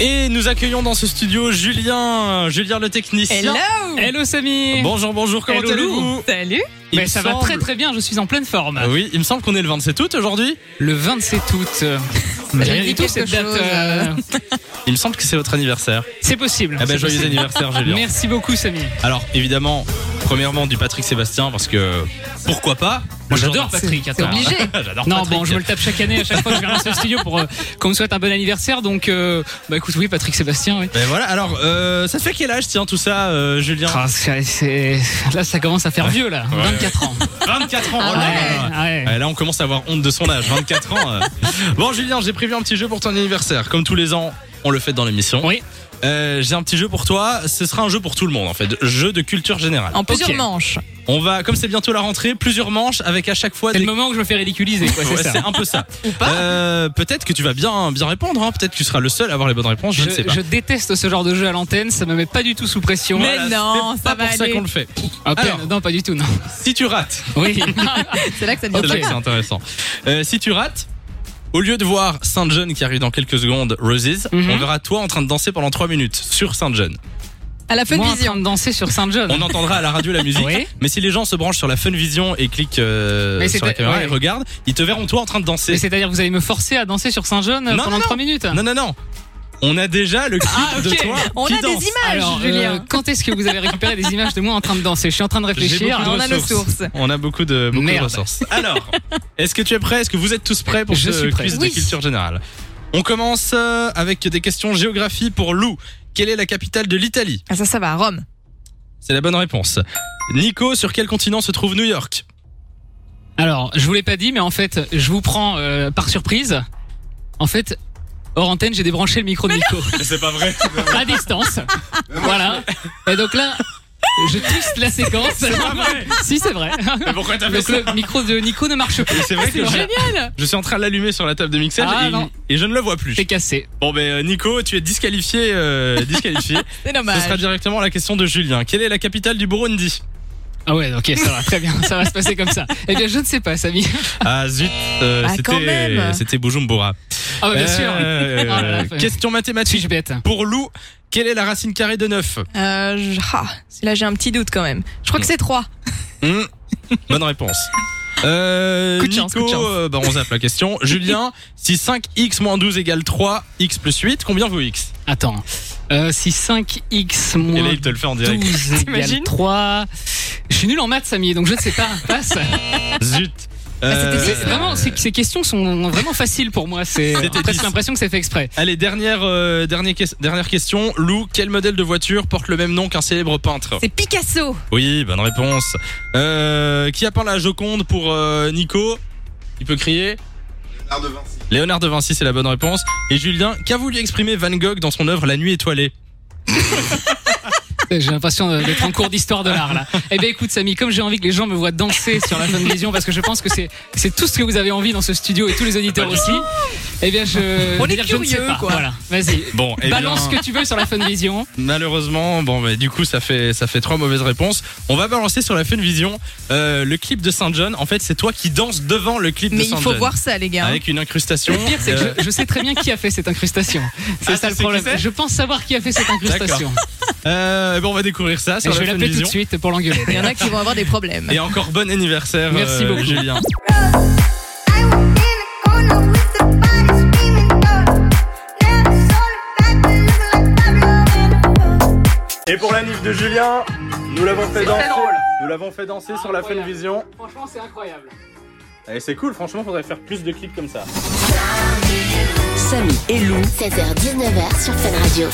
Et nous accueillons dans ce studio Julien, Julien le technicien. Hello Hello Samy Bonjour, bonjour, comment Hello, allez-vous Lou. Salut Il Mais me ça semble- va très très bien, je suis en pleine forme. Ah Oui, il me semble qu'on est le 27 août aujourd'hui. Le 27 août. euh, mais Ça rien me du dit tout, cette quelque date. chose, euh, Il me semble que c'est votre anniversaire. C'est possible. Eh ben, c'est joyeux possible. anniversaire, Julien. Merci beaucoup Samy. Alors, évidemment, premièrement du Patrick Sébastien, parce que pourquoi pas Moi j'adore Patrick. Patrick, c'est attends. obligé. j'adore Non, Patrick. bon, je me le tape chaque année à chaque fois que je viens à ce studio pour euh, qu'on me souhaite un bon anniversaire. Donc, euh, bah écoute, oui, Patrick Sébastien, oui. Ben voilà, alors, euh, ça te fait quel âge, tiens, tout ça, euh, Julien Ah, c'est- c'est- Là, ça commence à faire vieux, là. Ouais. 24 ans. 24 ans, oh Ah là ouais. là. Ouais. Ouais, là, on commence à avoir honte de son âge, 24 ans. euh. Bon, Julien, j'ai prévu un petit jeu pour ton anniversaire. Comme tous les ans, on le fait dans l'émission. Oui. Euh, j'ai un petit jeu pour toi. Ce sera un jeu pour tout le monde, en fait. Jeu de culture générale. En plusieurs Ok. manches. On va, comme c'est bientôt la rentrée, plusieurs manches avec à chaque fois C'est des. le moment où je me fais ridiculiser, quoi, Ouais, c'est ça. c'est un peu ça. Euh, peut-être que tu vas bien, bien répondre. hein. Peut-être que tu seras le seul à avoir les bonnes réponses. Je, ne sais pas. je déteste ce genre de jeu à l'antenne, ça me met pas du tout sous pression. Mais non, c'est ça pas va pour ça aller. qu'on le fait. À peine. alors. non, pas du tout, non. Si tu rates, Oui. C'est là que ça c'est là devient que c'est intéressant. Euh, si tu rates, au lieu de voir Saint John qui arrive dans quelques secondes, Roses, Mhm. on verra toi en train de danser pendant 3 minutes sur Saint John. À la fin Moi, de en train vision. de danser sur Saint-John. On entendra à la radio la musique. Oui. Mais si les gens se branchent sur la Fun Vision et cliquent euh, Mais sur la c'était- caméra ouais. et regardent, ils te verront toi en train de danser. Mais c'est-à-dire que vous allez me forcer à danser sur Saint-Jean euh, Non, non, pendant non. 3 minutes Non, non, non. On a déjà le clip Ah, ok. de toi On qui a des danse. images, Alors, euh, Julien. quand est-ce que vous avez récupéré des images de moi en train de danser Je suis en train de J'ai réfléchir. beaucoup de on a nos ressources. sources. On a beaucoup de, beaucoup de Merde. ressources. Alors, est-ce que tu es prêt Est-ce que vous êtes tous prêts pour Je ce suis prêt. quiz Oui. de culture générale On commence euh, avec des questions géographie pour Lou. Quelle est la capitale de l'Italie Ah, ça, ça va, Rome. C'est la bonne réponse. Nico, sur quel continent se trouve New York Alors, je vous l'ai pas dit, mais en fait, je vous prends euh, par surprise. En fait, hors antenne, j'ai débranché le micro de Nico C'est pas vrai. à distance. voilà. Et donc là, je twiste la séquence. si, c'est vrai. pourquoi t'as Donc le micro de Nico ne marche plus. C'est vrai que je, Génial je suis en train de l'allumer sur la table de mixage Ah, et, il- non. et je ne le vois plus. C'est cassé. Bon ben euh, Nico, tu es disqualifié. euh, disqualifié. C'est Ce Bah, sera dommage. directement la question de Julien. Quelle est la capitale du Burundi Ah ouais, ok, ça va, très bien. Ça va se passer comme ça. Eh bien, je ne sais pas, Samy. Ah zut, euh, Ah, quand c'était même. c'était Bujumbura. Ah bah, Euh, bien sûr. Ah là là. question mathématique Suis-je bête pour Lou. Quelle est la racine carrée de 9 Euh, je- ah, là, j'ai un petit doute quand même. Je crois que c'est 3. Hmm, Bonne réponse. Euh, Coup de chance, Nico, coup de chance. euh, bah, on zappe la question. Julien, si 5x moins 12 égale 3, x plus 8, combien vaut x Attends. Euh, si 5x Et moins là, il te le fait en direct. 12 égale T'imagines 3. Je suis nul en maths, Samy, donc je ne sais pas. Passe. Zut. c'était Euh, C'est Ah, vraiment, ces, ces questions sont vraiment faciles pour moi. C'est C'était j'ai presque 10. l'impression que c'est fait exprès. Allez, dernière, euh, dernière, ques- dernière question. Lou, quel modèle de voiture porte le même nom qu'un célèbre peintre C'est Picasso. Oui, bonne réponse. Euh, qui a peint la Joconde pour euh, Nico Il peut crier L'art de Vinci. Léonard de Vinci, c'est la bonne réponse. Et Julien, qu'a voulu exprimer Van Gogh dans son œuvre La Nuit étoilée J'ai l'impression euh, d'être en cours d'histoire de l'art là. Eh bien écoute Samy, comme j'ai envie que les gens me voient danser sur la fin de vision parce que je pense que c'est c'est tout ce que vous avez envie dans ce studio et tous les auditeurs aussi. Eh bien je On est dire, je ne sais curieux, pas. quoi. Voilà, vas-y. Bon, eh Balance ce bien, que tu veux sur la fin de vision. malheureusement, bon, bah, du coup, ça fait ça fait trois mauvaises réponses. On va balancer sur la Funvision euh, le clip de Saint John. En fait, c'est toi qui danses devant le clip de Mais Saint il faut John. voir ça, les gars. avec une incrustation. Le pire, c'est que Euh, je, je sais très bien qui a fait cette incrustation. C'est Ah, tu ça sais le qui problème. c'est Je pense savoir qui a fait cette incrustation. euh, bon, on va découvrir ça Et sur je vais la l'appeler tout Funvision. de suite pour l'engueuler. Il y en a qui vont avoir des problèmes. Et encore bon anniversaire, Merci euh, beaucoup. Julien. I was in the corner with the body screaming no. Now it's all about the looking like Pablo and Et pour la nif de Julien, nous l'avons fait danser. Nous l'avons fait danser sur la Incroyable. Funvision. Franchement, c'est incroyable. Et c'est cool, franchement, faudrait faire plus de clips comme ça. Samy et Lou, 16h-19h sur Fun Radio.